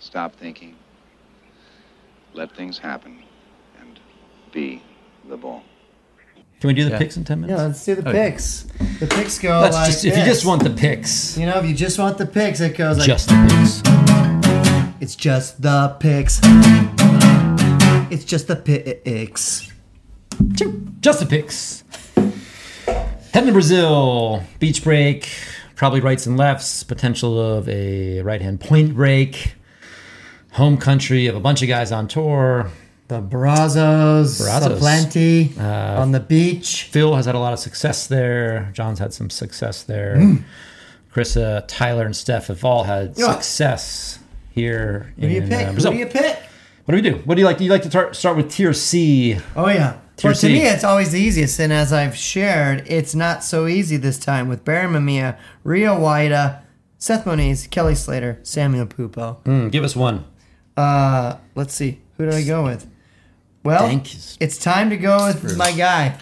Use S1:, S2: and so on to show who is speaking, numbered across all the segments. S1: Stop thinking. Let things happen. And be the ball.
S2: Can we do the
S3: Yeah.
S2: picks in ten
S4: Yeah,
S2: minutes?
S4: let's do the
S3: Okay.
S4: picks. The picks go
S2: Let's
S4: like
S2: Oh, just if you
S4: this.
S2: just want the picks,
S4: You know, if you just want the picks, it goes like
S2: just the picks.
S4: it's just the picks. It's just the picks.
S2: Choo. Just the picks. Heading to Brazil. Beach break. Probably rights and lefts. Potential of a right hand point break. Home country of a bunch of guys on tour.
S4: The Brazos, the
S2: Brazos. Uh,
S4: plenty on the beach.
S2: Phil has had a lot of success there. John's had some success there. Chrisa, Tyler, and Steph have all had
S4: Hmm. Yeah.
S2: success here
S4: Who do you
S2: in
S4: pick?
S2: uh,
S4: Who
S2: Brazil.
S4: do you pick?
S2: What do we do? What do you like? Do you like to tar- start with tier C?
S4: Oh yeah.
S2: Tier
S4: Well, to
S2: C.
S4: me, it's always the easiest, and as I've shared, it's not so easy this time with Barry Mamiya, Rio Waida, Seth Moniz, Kelly Slater, Samuel Pupo.
S2: Mm, give us one.
S4: Uh, let's see, who did I go with? Well,
S2: Dank is-
S4: it's time to go with my guy.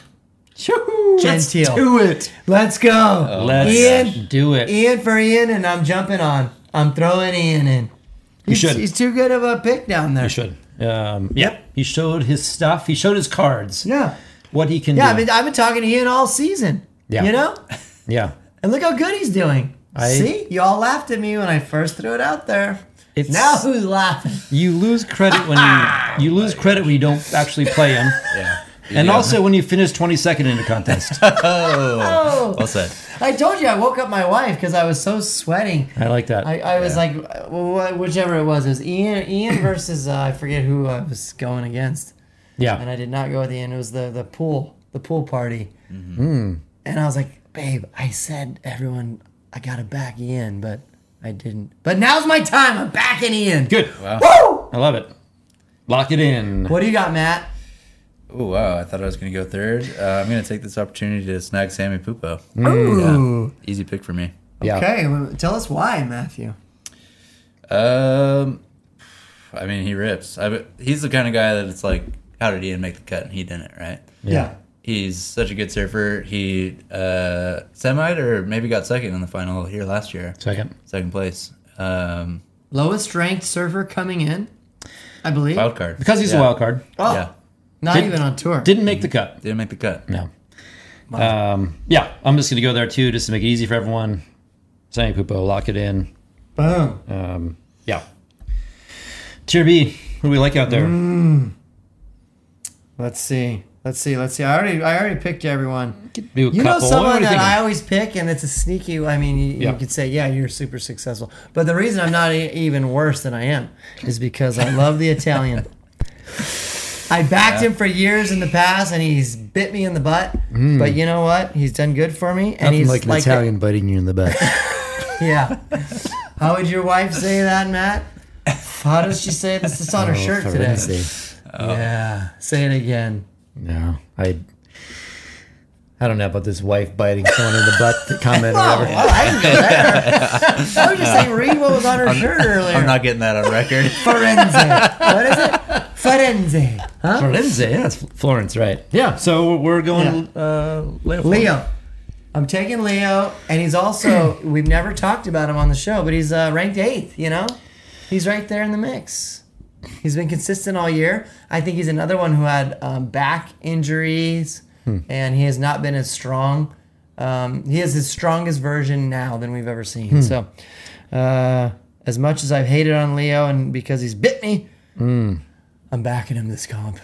S2: Let's
S4: Genteel.
S2: do it.
S4: Let's go.
S2: Let's
S4: Ian,
S2: do it.
S4: Ian for Ian, and I'm jumping on. I'm throwing Ian in. You he's,
S2: should.
S4: He's too good of a pick down there.
S2: He should. Um, yep. He showed his stuff. He showed his cards.
S4: Yeah.
S2: What he can
S4: Yeah,
S2: do.
S4: I've been, I've been talking to Ian all season.
S2: Yeah.
S4: You know?
S2: yeah.
S4: And look how good he's doing.
S2: I-
S4: See? You all laughed at me when I first threw it out there.
S2: It's
S4: Now who's laughing?
S2: you lose credit when you you lose credit when you don't actually play him,
S3: Yeah.
S2: and
S3: Yeah.
S2: also when you finish twenty second in a contest.
S4: Oh,
S3: well said.
S4: I told you I woke up my wife because I was so sweating.
S2: I like that.
S4: I, I was like, uh, wh- whichever it was, it was Ian, Ian versus uh, I forget who I was going against.
S2: yeah.
S4: and I did not go at the end. It was the the pool the pool party, Hmm. and I was like, babe, I said everyone I gotta back Ian, but I didn't. But now's my time. I'm backing Ian.
S2: Good.
S4: Woo!
S2: I love it. Lock it in.
S4: What do you got, Matt?
S3: Oh wow! I thought I was going to go third. Uh, I'm going to take this opportunity to snag Sammy Pupo.
S4: Ooh.
S3: Easy pick for me.
S2: Yeah.
S4: Okay, well, tell us why, Matthew.
S3: Um, I mean, he rips. I, bet- he's the kind of guy that it's like, how did Ian make the cut and he didn't, right?
S4: Yeah.
S3: He's such a good surfer. He uh, semied or maybe got second in the final here last year,
S2: Second.
S3: second place. Um,
S4: Lowest ranked surfer coming in, I believe.
S3: wild card
S2: Because he's
S3: yeah.
S2: a wild card.
S4: Oh,
S3: Yeah,
S4: not
S2: Did-
S4: even on tour.
S2: Didn't make the cut.
S3: didn't make the cut.
S2: No. Um, yeah. I'm just gonna go there too, just to make it easy for everyone. Sammy Pupo, lock it in.
S4: Boom.
S2: Um, yeah. Tier B. What do we like out there?
S4: Mm. Let's see. Let's see. Let's see. I already I already picked everyone.
S2: Do a
S4: You know
S2: couple. What
S4: someone
S2: do you
S4: that
S2: think?
S4: I always pick, and it's a sneaky. I mean, you,
S2: Yeah.
S4: you could say, yeah, you're super successful. But the reason I'm not e- even worse than I am is because I love the Italian. I backed him for years in the past, and he's bit me in the butt.
S2: Hmm.
S4: But you know what? He's done good for me, and he's like,
S2: biting you in the butt.
S4: Yeah. How would your wife say that, Matt? How does she say this? It's
S2: Oh,
S4: on her shirt today. Yeah. Say it again.
S2: No, I. I don't know about this wife biting someone in the butt comment or
S4: Oh,
S2: whatever.
S4: I didn't know that. I was just saying, read what was on her shirt earlier.
S3: I'm not getting that on record.
S4: Firenze. what is it? Firenze. Huh?
S2: Florence, yeah, that's Florence, right? Yeah. So we're going uh, Leo.
S4: Leo. I'm taking Leo, and he's also, we've never talked about him on the show, but he's uh, ranked eighth, you know? He's right there in the mix. He's been consistent all year. I think he's another one who had um, back injuries, and he has not been as strong. Um, he is his strongest version now than we've ever seen. So, uh, as much as I've hated on Leo and because he's bit me, I'm backing him this comp.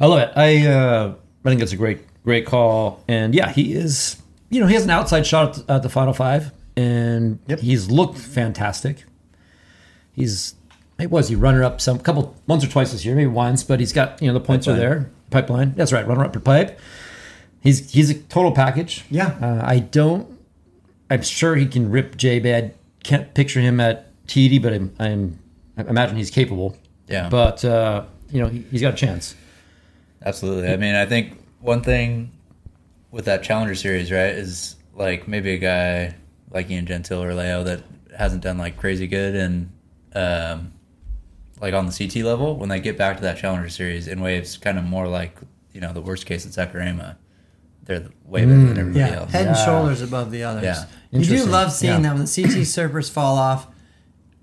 S2: I love it. I uh, I think it's a great great call, and yeah, he is. You know, he has an outside shot at the, at the final five, and he's looked fantastic. He's it was he runner up some couple once or twice this year, maybe once, but he's got you know the points are
S3: Pipeline.
S2: there. Pipeline, that's right, runner up per pipe. He's he's a total package.
S4: Yeah.
S2: uh, I don't. I'm sure he can rip J bad. Can't picture him at TD, but I'm, I'm I imagine he's capable.
S3: Yeah.
S2: but uh, you know he, he's got a chance.
S3: Absolutely. I mean, I think one thing with that Challenger series, right, is like maybe a guy like Ian Gentile or Leo that hasn't done like crazy good and um, like on the CT level, when they get back to that Challenger series in waves, kind of more like you know the worst case at Sakurama, they're way better than everybody
S4: Yeah,
S3: else.
S4: head and
S2: Yeah.
S4: shoulders above the others.
S3: Yeah.
S4: You do
S2: Interesting.
S4: love seeing
S2: Yeah.
S4: that when the CT surfers fall off,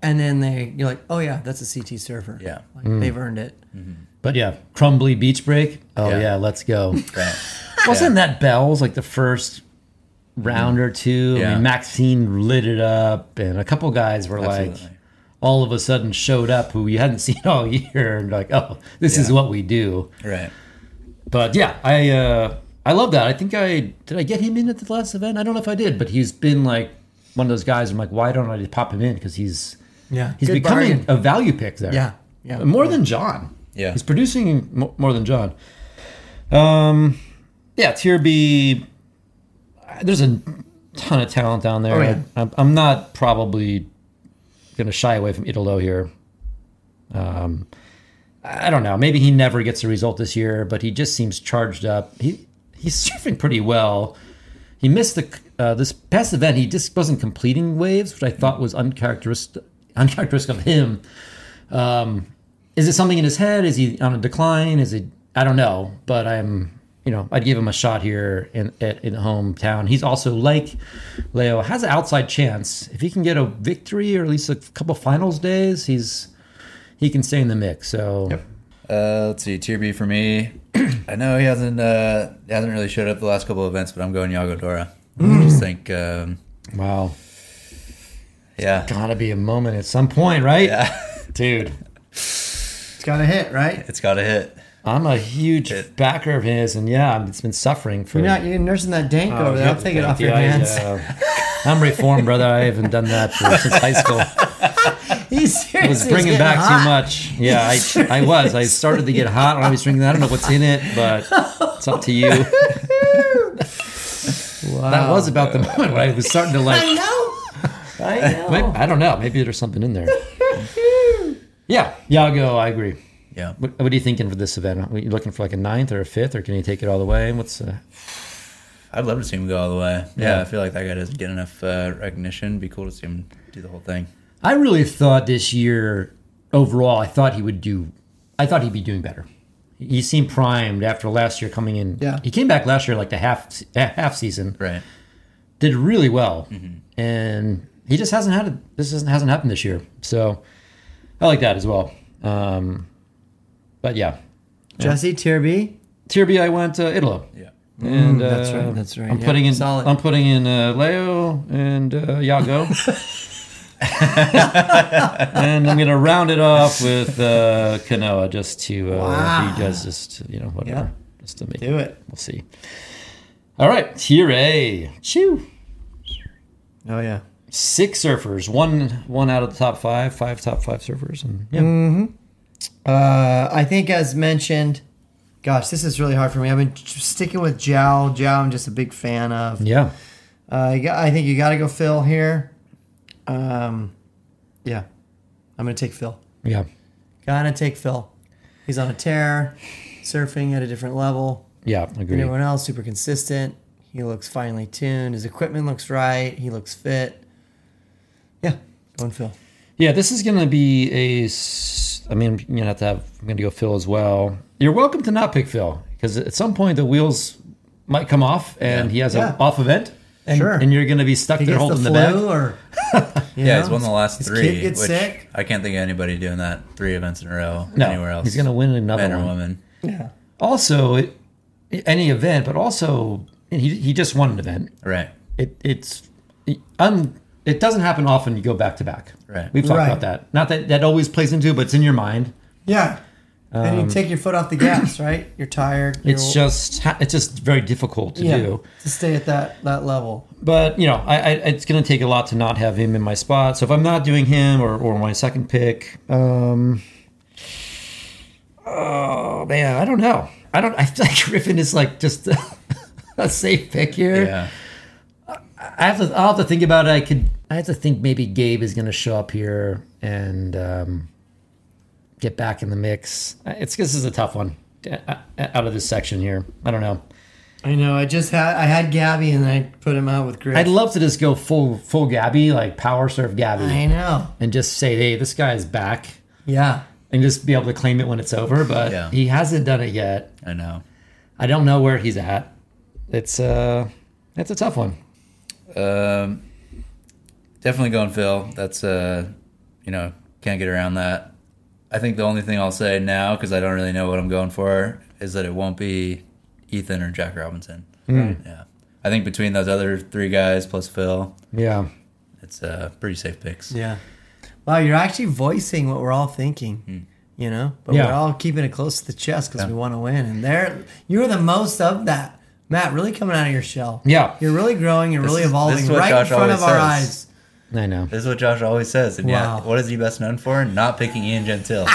S4: and then they you're like, oh yeah, that's a CT surfer.
S3: Yeah.
S4: like, they've earned it.
S2: But yeah, crumbly beach break. Oh yeah,
S3: Yeah.
S2: let's go.
S3: Right.
S2: Wasn't that Bell's like the first round or two? I
S3: Yeah.
S2: mean, Maxine lit it up, and a couple guys were like,
S3: Absolutely.
S2: all of a sudden showed up who you hadn't seen all year, and like, oh, this is
S3: Yeah.
S2: what we do.
S3: Right.
S2: But yeah, I uh, I love that. I think I did. I get him in at the last event. I don't know if I did, but he's been like one of those guys. I'm like, why don't I just pop him in because he's
S4: Yeah,
S2: he's
S4: Good
S2: becoming
S4: bargain.
S2: a value pick there.
S4: Yeah, yeah.
S2: more than John.
S3: Yeah.
S2: he's producing mo- more than John. Um, yeah, tier B. uh, There's a ton of talent down there.
S4: Oh, yeah.
S2: I'm, I'm not probably going to shy away from Italo here. Um, I don't know. Maybe he never gets a result this year, but he just seems charged up. He he's surfing pretty well. He missed the uh, this past event. He just wasn't completing waves, which I thought was uncharacteristic uncharacteristic of him. Um, is it something in his head? Is he on a decline? Is it? I don't know. But I'm, you know, I'd give him a shot here in at, in hometown. He's also like Leo has an outside chance if he can get a victory or at least a couple finals days. He's he can stay in the mix. So
S3: Uh, let's see, tier B for me. I know he hasn't uh, he hasn't really showed up the last couple of events, but I'm going Yago Dora. I just think, um,
S2: wow,
S3: yeah,
S2: gotta be a moment at some point, right?
S3: yeah,
S2: Dude,
S4: It's got a hit, right?
S3: it's got to hit.
S2: I'm a huge
S3: It-
S2: backer of his, and yeah, it's been suffering for. Oh,
S4: You're not you're nursing that dank over there. I'll take it off your hands.
S2: I, am uh, reformed, brother. I haven't done that for, since high school.
S4: He's
S2: I
S4: seriously
S2: was bringing
S4: getting
S2: back
S4: hot.
S2: too much. Yeah, I, I was. I started to get hot when I was drinking. that. I don't know what's in it, but it's up to you. That was about the moment when I was starting to like.
S4: I know.
S2: Maybe, I don't know. Maybe there's something in there. Yeah, Yago, I agree.
S3: Yeah,
S2: What, what are you thinking for this event? Are you looking for like a ninth or a fifth, or can you take it all the way? What's uh,
S3: I'd love to see him go all the way. Yeah,
S2: Yeah.
S3: I feel like that guy doesn't get enough uh, recognition. Be cool to see him do the whole thing.
S2: I really thought this year overall, I thought he would do, I thought he'd be doing better. He seemed primed after last year coming in.
S4: Yeah.
S2: He came back last year like the half eh, half season,
S3: Right.
S2: did really well, and he just hasn't had it. This hasn't hasn't happened this year, so I like that as well. Um, but yeah,
S4: Jesse Tier B.
S2: tier B, I went uh, Italo,
S3: Yeah.
S2: and uh,
S4: Mm, that's right, that's right,
S2: I'm
S4: yeah,
S2: putting in
S4: solid.
S2: I'm putting in uh, Leo and uh, Yago. and I'm gonna round it off with uh, Kanoa just to uh,
S4: Wow.
S2: he does just you know whatever just to make
S4: Do it.
S2: We'll see. All right, tier A. Chew.
S4: Oh yeah.
S2: Six surfers, one one out of the top five, five top five surfers, and yeah,
S4: Mm. Uh, I think as mentioned, gosh, this is really hard for me. I've been t- sticking with Jow. Jow, I'm just a big fan of.
S2: yeah.
S4: Uh, you got- I think you got to go Phil here. Um, yeah, I'm gonna take Phil.
S2: Yeah.
S4: Gotta take Phil. He's on a tear, surfing at a different level.
S2: Yeah,
S4: than
S2: agree.
S4: everyone else, super consistent. He looks finely tuned. His equipment looks right. He looks fit. Yeah, going Phil.
S2: Yeah, this is going to be a. s- I mean, you're gonna have to have. I'm going to go Phil as well. You're welcome to not pick Phil because at some point the wheels might come off and he has an
S4: Yeah.
S2: off event. And,
S4: Sure.
S2: And you're going to be stuck
S4: He
S2: there
S4: gets the
S2: holding the,
S4: flu
S2: bag.
S4: or you
S3: Yeah,
S4: know,
S3: he's won the last
S4: his
S3: three.
S4: Kid gets
S3: which
S4: sick.
S3: I can't think of anybody doing that three events in a row
S2: No,
S3: anywhere else.
S2: he's going to win another
S3: man or
S2: one.
S3: woman.
S4: Yeah.
S2: Also, it, any event, but also and he he just won an event.
S3: Right.
S2: It it's it, un, it doesn't happen often. You go back to back.
S3: Right.
S2: We've talked
S4: Right.
S2: about that. Not that that always plays into, it, but it's in your mind.
S4: Yeah. and you take your foot off the gas, right? You're tired.
S2: Um, It's
S4: you're-
S2: just ha- it's just very difficult to
S4: yeah,
S2: do.
S4: to stay at that that level.
S2: but you know, I, I it's going to take a lot to not have him in my spot. So if I'm not doing him or, or my second pick, um, oh man, I don't know. I don't. I feel like Griffin is like just a, safe pick here.
S3: Yeah.
S2: I have to. I'll have to think about it. I could. I have to think maybe Gabe is going to show up here and um, get back in the mix. It's this is a tough one uh, out of this section here. I don't know.
S4: I know. I just had I had Gabby and I put him out with Griff.
S2: I'd love to just go full full Gabby, like power surf Gabby.
S4: I know.
S2: and just say, hey, this guy's back
S4: Yeah.
S2: and just be able to claim it when it's over. But
S3: Yeah.
S2: he hasn't done it yet.
S3: I know.
S2: I don't know where he's at. It's uh it's a tough one.
S3: Um, definitely going Phil. That's uh, you know, can't get around that. I think the only thing I'll say now, because I don't really know what I'm going for, is that it won't be Ethan or Jack Robinson.
S4: Hmm.
S3: Yeah, I think between those other three guys plus Phil,
S2: Yeah.
S3: it's uh, pretty safe picks.
S4: Yeah. Wow, you're actually voicing what we're all thinking. You know, but
S2: Yeah.
S4: we're all keeping it close to the chest because
S3: Hmm. Yeah.
S4: we want to win. And there, you're the most of that, Matt. Really coming out of your shell.
S2: Yeah.
S4: you're really growing. You're really
S3: is-
S4: evolving
S3: this is what
S4: right
S3: Josh
S4: in front
S3: always
S4: of our
S3: says.
S4: eyes.
S2: I know.
S3: This is what Josh always says. And yeah,
S4: Wow.
S3: what is he best known for? Not picking Ian Gentile.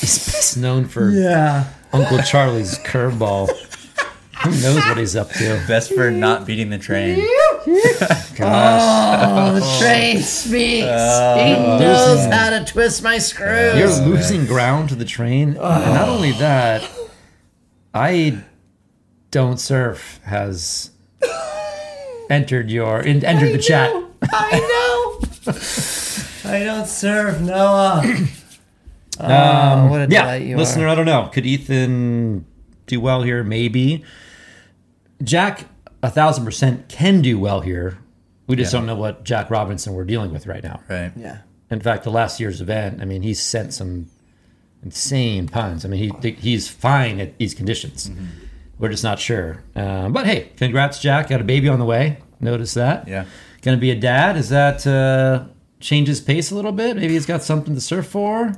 S2: He's known for
S4: Yeah,
S2: Uncle Charlie's curveball. Who knows what he's up to?
S3: best for not beating the train.
S2: Gosh.
S4: the train speaks. he knows how to twist my screws.
S2: You're losing ground to the train. And not only that, I don't surf has entered your in, entered the chat.
S4: I know. I don't serve Noah. Ah,
S2: Um,
S4: what a
S2: yeah,
S4: delight you
S2: listener,
S4: are.
S2: I don't know. Could Ethan do well here? Maybe. Jack, a thousand percent, can do well here. We just don't know what Jack Robinson we're dealing with right now.
S3: Right.
S4: Yeah.
S2: In fact, the last year's event, I mean, he sent some insane puns. I mean, he he's fine at these conditions.
S3: Mm-hmm.
S2: We're just not sure. Um, but hey, congrats, Jack. Got a baby on the way. Notice that.
S3: Yeah.
S2: Going to be a dad. Is that uh, change his pace a little bit? Maybe he's got something to surf for.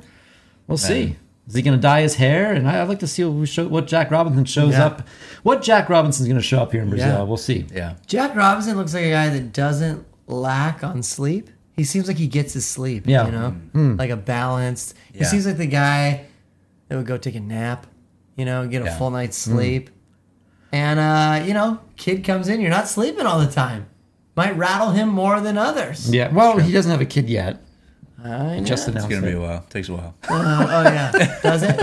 S2: We'll see. Is he going to dye his hair? And I, I'd like to see what, we show, what Jack Robinson shows
S4: Yeah.
S2: up. What Jack Robinson's going to show up here in Brazil.
S4: Yeah.
S2: We'll see.
S3: Yeah.
S4: Jack Robinson looks like a guy that doesn't lack on sleep. He seems like he gets his sleep.
S2: Yeah.
S4: You know,
S2: Hmm.
S4: like a balanced. He
S3: Yeah.
S4: seems like the guy that would go take a nap, you know, get a
S3: Yeah.
S4: full night's
S2: Hmm.
S4: sleep. And, uh, you know, kid comes in, you're not sleeping all the time. Might rattle him more than others.
S2: Yeah. Well, he doesn't have a kid yet.
S4: I know.
S2: Just
S3: It's
S2: announced.
S3: gonna
S2: it.
S3: be a while. Takes a while.
S4: Uh, oh, yeah. Does it?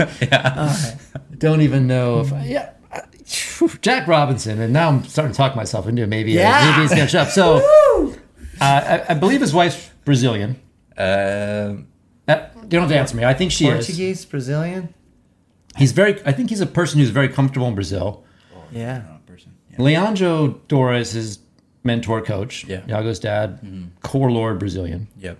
S2: don't even know if I, yeah. I- Jack Robinson, and now I'm starting to talk myself into it. Maybe uh,
S4: Yeah.
S2: maybe he's gonna show up. So
S4: Woo!
S2: uh, I, I believe his wife's Brazilian.
S3: Um,
S2: Uh, you don't have to answer me. I think she is.
S4: Portuguese, Brazilian.
S2: He's very. I think he's a person who's very comfortable in Brazil.
S4: Yeah.
S3: person.
S2: Leandro Dora is his mentor coach.
S3: Yeah.
S2: Iago's dad, core lord Brazilian.
S3: Yep.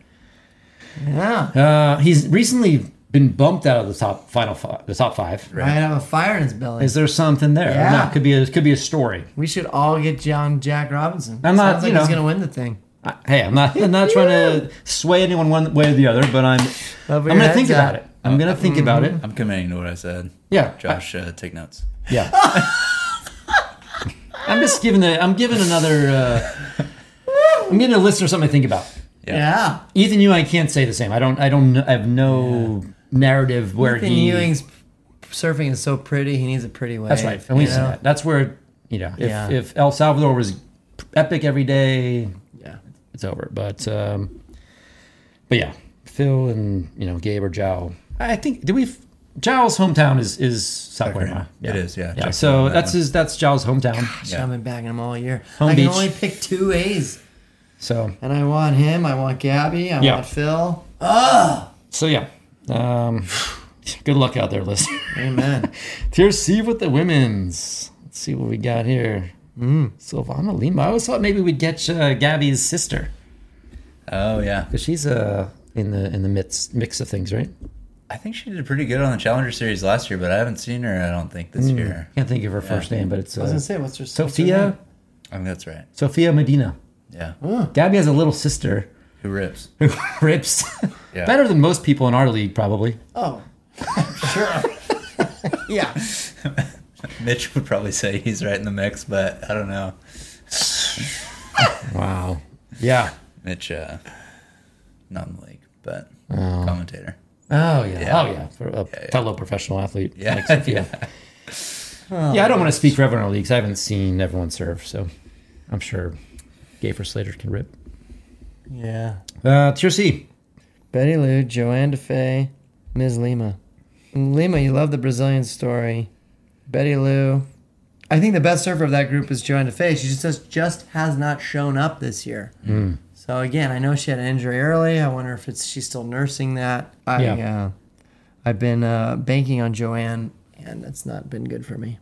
S4: Yeah.
S2: Uh, he's recently been bumped out of the top final five, the top five.
S4: Might have a fire in his belly.
S2: Is there something there?
S4: Yeah.
S2: No, it could be a, it could be a story.
S4: We should all get John Jack Robinson.
S2: I'm not,
S4: Sounds
S2: you
S4: like he's
S2: know-
S4: gonna win the thing.
S2: I- Hey, I'm not. I'm not trying to sway anyone one way or the other, but I'm.
S4: Over
S2: I'm
S4: your
S2: gonna think
S4: head's
S2: about
S4: up.
S2: it. I'm gonna think about
S4: Mm-hmm.
S2: it.
S3: I'm committing to what I said.
S2: Yeah,
S3: Josh, uh, take notes.
S2: I- yeah. I'm just giving the. I'm giving another. Uh, I'm giving a listener something to think about.
S4: Yeah.
S2: Ethan Ewing, I can't say the same. I don't. I don't. kn- I have no narrative where
S4: Ethan
S2: he.
S4: Ewing's surfing is so pretty. He needs a pretty wave.
S2: that's right. And we
S4: you
S2: see
S4: know?
S2: that. That's where you know. If,
S4: Yeah.
S2: if El Salvador was epic every day,
S4: Yeah.
S2: it's over. But um, but yeah, Phil and you know Gabe or Jao. I think do we? Jao's hometown is is South Guarama. Yeah.
S3: It is, yeah.
S2: Yeah.
S3: Check
S2: So
S3: on that
S2: that's
S3: one.
S2: his that's Jao's hometown.
S4: Gosh, I've been bagging him all year.
S2: Home
S4: I
S2: beach.
S4: can only pick two A's,
S2: So
S4: and I want him. I want Gabby. I
S2: Yeah.
S4: want Phil.
S2: so yeah. Um, good luck out there, listeners.
S4: Amen.
S2: Tier C with the women's. Let's see what we got here. Mm. Silvana Lima. I always thought maybe we'd get uh, Gabby's sister
S3: Oh yeah.
S2: because she's uh in the in the mix mix of things, right?
S3: I think she did pretty good on the Challenger Series last year, but I haven't seen her. I don't think this
S2: Hmm.
S3: year.
S2: Can't think of her first name, but it's
S4: I was gonna
S2: uh,
S4: say, what's your what's her
S2: Sophia
S4: name?
S3: I think that's right.
S2: Sophia Medina.
S3: Yeah.
S2: Gabby has a little sister
S3: Who rips?
S2: who rips
S3: Yeah.
S2: better than most people in our league, probably.
S4: Oh, sure. yeah.
S3: Mitch would probably say he's right in the mix, but I don't know.
S2: Wow. Yeah.
S3: Mitch, uh, not in the league, but commentator.
S2: Oh yeah.
S3: Oh. Yeah.
S2: Oh yeah. For a fellow professional athlete.
S3: Yeah.
S2: like Sophia. yeah.
S4: Oh.
S2: I don't want to speak for everyone in our leagues. I haven't seen everyone serve, so I'm sure Gafer Slater can rip.
S4: Yeah.
S2: Uh, tier C.
S4: Betty Lou, Joanne DeFay, Ms. Lima. Lima, you love the Brazilian story. Betty Lou. I think the best surfer of that group is Joanne DeFay. She just says just has not shown up this year.
S2: Hmm.
S4: So again, I know she had an injury early. I wonder if it's she's still nursing that. I,
S2: Yeah.
S4: uh, I've been uh, banking on Joanne, and that's not been good for me.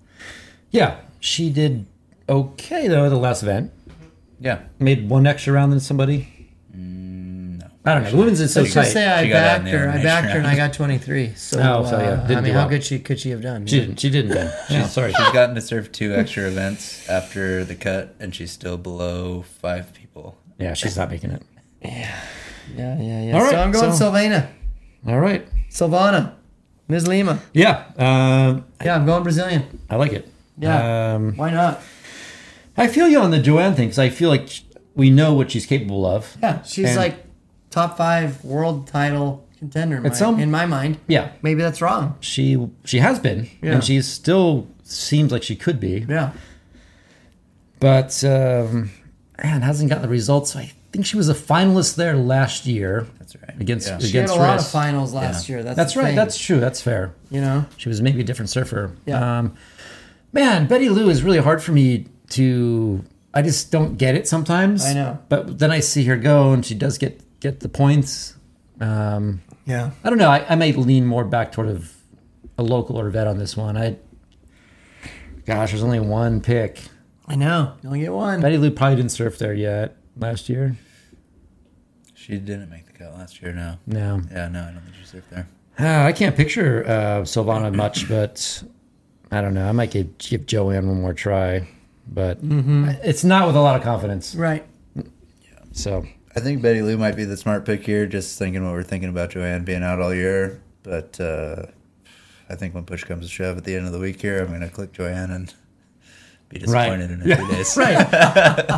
S2: Yeah, she did okay though at the last event.
S3: Yeah.
S2: Made one extra round than somebody.
S3: No.
S2: I don't know. The women's is so
S4: Let's
S2: tight.
S4: just say I
S3: She got out in
S4: backed
S3: the
S4: her. I
S3: elimination
S4: backed her and I
S3: round.
S4: got 23. So,
S2: Oh, so, yeah,
S4: uh, I
S2: didn't
S4: mean,
S2: do
S4: how
S2: well.
S4: good she could she have done?
S2: she didn't. She didn't. Ben. She's sorry.
S3: She's gotten to serve two extra events after the cut, and she's still below five people.
S2: Yeah, she's not making it.
S4: Yeah, yeah, yeah.
S2: All right,
S4: so I'm going
S2: so-
S4: Silvana.
S2: All right.
S4: Silvana. Ms. Lima.
S2: Yeah. Um,
S4: Yeah, I'm going Brazilian.
S2: I like it.
S4: Yeah.
S2: Um,
S4: Why not?
S2: I feel you on the Joanne thing because I feel like sh- we know what she's capable of.
S4: Yeah, she's
S2: And-
S4: like top five world title contender in, my,
S2: some-
S4: in my mind.
S2: Yeah.
S4: Maybe that's wrong.
S2: She she has been,
S4: Yeah.
S2: and she still seems like she could be,
S4: Yeah.
S2: but um, man hasn't gotten the results. I think she was a finalist there last year.
S3: That's right.
S2: Against
S3: Yeah.
S4: She had
S2: against
S4: a lot of
S2: Riss.
S4: finals last year. That's,
S2: That's
S4: the
S2: right.
S4: thing,
S2: That's true. That's fair.
S4: you know.
S2: She was maybe a different surfer.
S4: Yeah.
S2: Um, man, Betty Lou is really hard for me to. I just don't get it sometimes.
S4: I know.
S2: But then I see her go, and she does get get the points. Um,
S4: Yeah.
S2: I don't know. I, I may lean more back toward a, a local or vet on this one. I. Gosh, there's only one pick.
S4: I know. You only get one.
S2: Betty Lou probably didn't surf there yet last year.
S3: She didn't make the cut last year. No.
S2: No,
S3: Yeah, no, I don't think she served there.
S2: Ah, I can't picture uh, Silvana much, but I don't know. I might give, give Joanne one more try, but I- it's not with a lot of confidence.
S4: Right.
S2: So
S3: I think Betty Lou might be the smart pick here, just thinking what we're thinking about Joanne being out all year. But uh, I think when push comes to shove at the end of the week here, I'm going to click Joanne and be disappointed in a few days.
S2: right,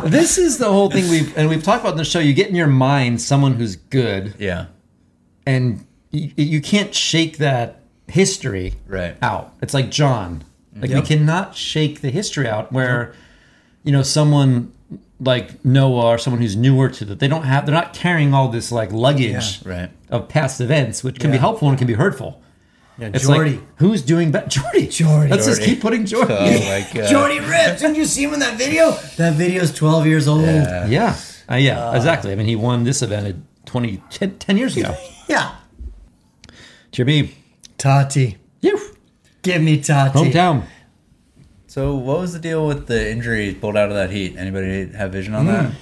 S2: this is the whole thing we've and we've talked about in the show. You get in your mind someone who's good,
S3: Yeah.
S2: and you, you can't shake that history
S3: Right.
S2: out. It's like John. Like
S3: Yep.
S2: we cannot shake the history out where you know someone like Noah or someone who's newer to that they don't have they're not carrying all this like luggage
S3: Right.
S2: of past events, which can be helpful and can be hurtful.
S4: Yeah,
S2: It's
S4: Jordy.
S2: like who's doing better? Jordy. Jordy. Let's just
S3: Jordy.
S2: keep putting
S3: So,
S2: Jordy.
S3: like, uh,
S4: Jordy Rips. Didn't you see him in that video? That video's 12 years old. Yeah.
S3: yeah.
S2: Yeah. Uh, yeah. exactly. I mean, he won this event at 20, 10, 10 years ago. Tier B.
S4: Tati.
S2: Phew.
S4: Give me Tati.
S2: Hometown.
S3: So, what was the deal with the injury pulled out of that heat? Anybody have vision on
S2: Mm.
S3: that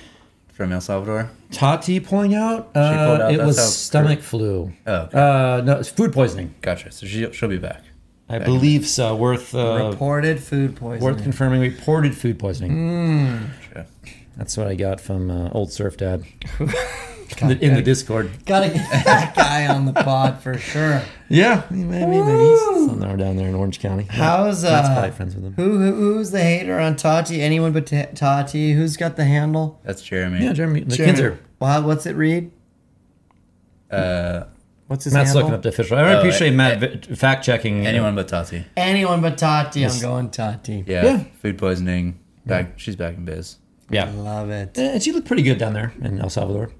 S3: from El Salvador?
S2: Tati pulling out. Uh,
S3: pulled out.
S2: It
S3: That's
S2: was
S3: how-
S2: stomach flu.
S3: Oh, okay.
S2: Uh, no, it's food poisoning.
S3: gotcha. So she, she'll be back.
S2: I believe so. Worth uh,
S4: Reported food poisoning.
S2: worth confirming. Reported food poisoning.
S3: Gotcha.
S2: That's what I got from uh, old Surf Dad in, the, in the Discord.
S4: Gotta get that guy on the pod for sure.
S2: Yeah, maybe, maybe he's somewhere down there in Orange County.
S4: How's uh?
S2: Matt's probably friends with him.
S4: Who, who who's the hater on Tati? Anyone but Ta- Tati? Who's got the handle?
S3: That's Jeremy.
S2: Yeah, Jeremy. The kids are.
S4: Wow, what's it read?
S3: Uh,
S4: What's his
S2: Matt's
S4: handle?
S2: looking up the official. I
S3: Oh,
S2: appreciate
S3: I-
S2: Matt vi- fact checking.
S3: anyone but Tati.
S4: Anyone but Tati. I'm going Tati.
S3: Yeah.
S2: Yeah.
S3: Food poisoning. Back. She's back in biz.
S2: Yeah.
S4: Love it.
S2: Eh, she looked pretty good down there in El Salvador.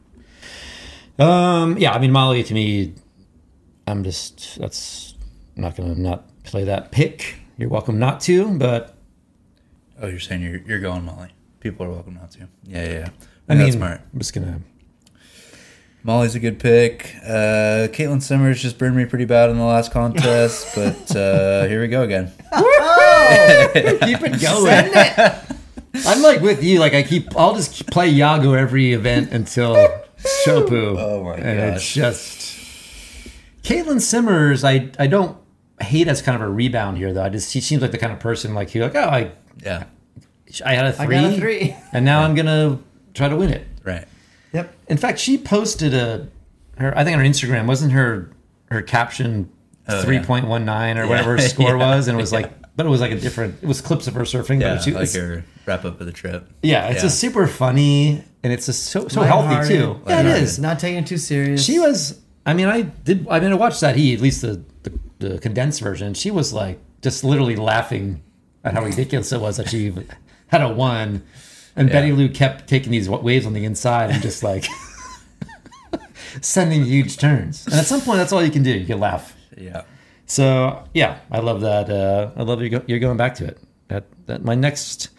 S2: Um. Yeah. I mean, Molly to me, I'm just that's I'm not gonna not play that pick. You're welcome not to, but
S3: Oh, you're saying you're you're going Molly. People are welcome not to. Yeah, yeah. yeah.
S2: I
S3: That's
S2: mean,
S3: smart.
S2: I'm just gonna.
S3: Molly's a good pick. Uh, Caitlin Summers just burned me pretty bad in the last contest, but uh, here we go again.
S2: Keep it going. I'm like with you. Like I keep, I'll just keep- play Yago every event until Shopu.
S3: Oh my
S2: And it's
S3: gosh.
S2: just Caitlin Simmers. I I don't hate as kind of a rebound here though. I just she seems like the kind of person like you're like oh I
S3: Yeah,
S2: I had a three,
S4: got a three.
S2: and now I'm gonna try to win it.
S3: right.
S4: Yep.
S2: In fact, she posted a her I think on her Instagram wasn't her her caption
S3: Oh, yeah.
S2: three point one nine or whatever her
S3: Yeah.
S2: score was, and it was like but it was like a different it was clips of her surfing.
S3: Yeah,
S2: but she,
S3: like
S2: it's-
S3: your wrap up of the trip.
S2: yeah, it's
S3: yeah.
S2: just super funny and it's just so so healthy too. Yeah, it
S3: Lighthearted.
S2: is.
S4: Not taking it too serious.
S2: She was. I mean, I did. I mean, I watched that he at least the, the the condensed version. She was like just literally laughing at how ridiculous it was that she even had a one, and Betty Lou kept taking these wa- waves on the inside and just like sending huge turns. And at some point, that's all you can do. You can laugh.
S3: Yeah,
S2: So yeah, I love that. Uh, I love you. Go, you're going back to it. That, that my next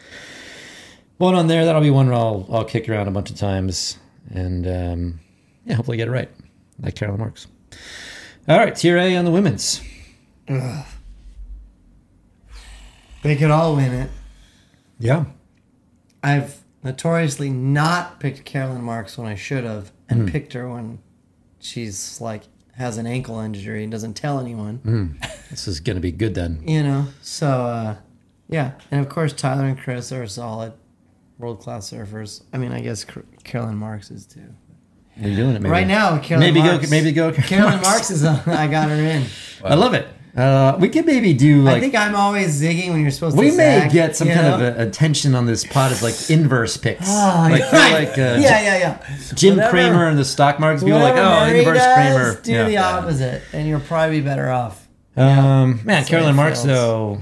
S2: one on there. That'll be one where I'll I'll kick around a bunch of times and um, yeah, hopefully get it right, like Carolyn Marks. All right, tier A on the women's.
S4: They could all win it.
S2: Yeah, Hmm.
S4: I've notoriously not picked Carolyn Marks when I should have, and picked her when she's like has an ankle injury and doesn't tell anyone.
S2: This is gonna be good then.
S4: You know, so uh, yeah, and of course Tyler and Chris are solid, world class surfers. I mean, I guess Car- Carolyn Marks is too.
S2: You're doing it, maybe.
S4: Right now, Carolyn
S2: Maybe go-
S4: Marks,
S2: maybe go Carolyn
S4: Carolyn
S2: Marks.
S4: Marks is on. I got her in.
S2: I love it. Uh, we could maybe do like
S4: I think I'm always zigging when you're supposed to.
S2: we may
S4: zag,
S2: get some
S4: you
S2: kind
S4: know?
S2: of a, a tension on this pod as like inverse picks,
S4: Oh,
S2: like
S4: yeah.
S2: like uh,
S4: yeah, yeah, yeah.
S2: Jim
S4: Whatever-
S2: Kramer and the stock markets. People are like,
S4: whatever
S2: oh,
S4: Mary
S2: inverse
S4: does,
S2: Kramer.
S4: Do the opposite, and you'll probably be better off.
S2: Um, man,
S4: So
S2: Carolyn
S4: it
S2: Marks,
S4: fails.
S2: though,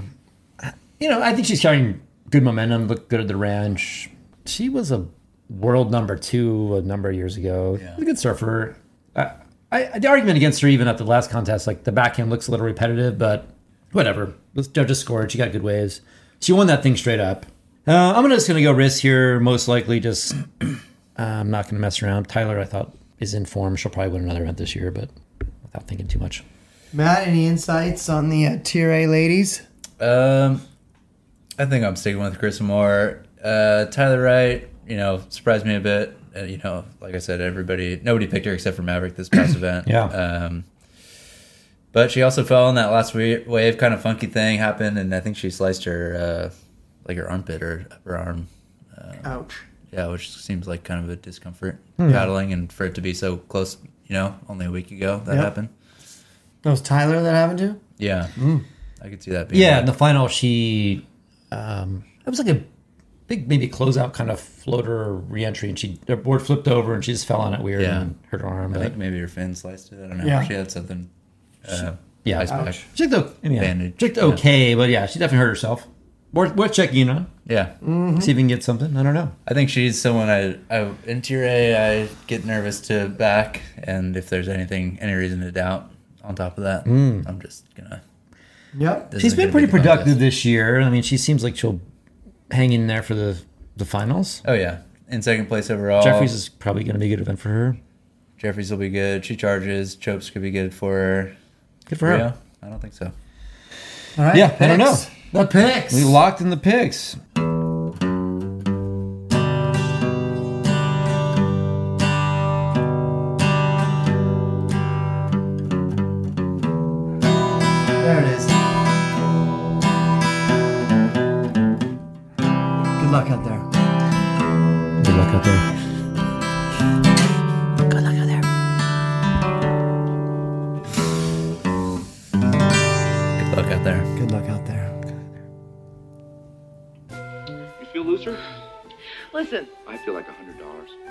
S2: you know, I think she's carrying good momentum, looked good at the ranch. She was a world number two a number of years ago.
S3: Yeah.
S2: She's A good surfer. I, I, the argument against her, even at the last contest, like the backhand looks a little repetitive, but whatever. The judges scored. She got good waves. She won that thing straight up. Uh, I'm just going to go risk here, most likely just uh, I'm not going to mess around. Tyler, I thought, is in form. She'll probably win another event this year, but without thinking too much.
S4: Matt, any insights on the uh, tier A ladies?
S3: Um, I think I'm sticking with Chris Moore. Uh, Tyler Wright, you know, surprised me a bit. Uh, you know, like I said, everybody, nobody picked her except for Maverick this past event.
S2: Yeah.
S3: Um, but she also fell in that last wa- wave, kind of funky thing happened, and I think she sliced her, uh, like her armpit or upper arm.
S4: Ouch.
S3: Yeah, which seems like kind of a discomfort
S2: Hmm.
S3: paddling, and for it to be so close, you know, only a week ago that
S4: Yep.
S3: happened.
S4: That was Tyler that happened to.
S3: Yeah, I could see that being.
S2: Hmm. Yeah, in the final, she um, it was like a big maybe closeout kind of floater reentry, and she her board flipped over and she just fell on it weird
S3: Yeah.
S2: and hurt her arm.
S3: I
S2: But
S3: think maybe her fin sliced it. I don't know.
S4: Yeah.
S3: She had something. Uh,
S2: Yeah.
S3: Ice
S2: Ouch.
S3: patch.
S2: she looked, yeah,
S3: Bandage,
S2: she looked
S3: yeah.
S2: okay, but yeah, she definitely hurt herself. Worth, worth checking in on,
S3: Yeah.
S2: see if you can get something. I don't know.
S3: I think she's someone I, I in tier A I get nervous to back, and if there's anything any reason to doubt on top of that, I'm just gonna.
S4: Yep.
S3: this
S2: Mm. She's
S3: isn't
S2: been
S3: gonna be
S2: pretty
S3: the contest.
S2: productive this year. I mean, she seems like she'll hang in there for the the finals.
S3: Oh yeah, in second place overall.
S2: Jeffries is probably going to be a good event for her.
S3: Jeffries will be good. She charges. Chopes could be good for her.
S2: Good for her.
S3: Rio? I don't think so.
S4: All right.
S2: Yeah, I don't
S4: picks. The picks.
S2: We locked in the picks.
S4: There it is. Good luck out there.
S2: Good luck out there.
S3: Good luck out there.
S4: Good luck out there.
S1: You feel looser?
S5: Listen,
S1: I feel like a hundred dollars.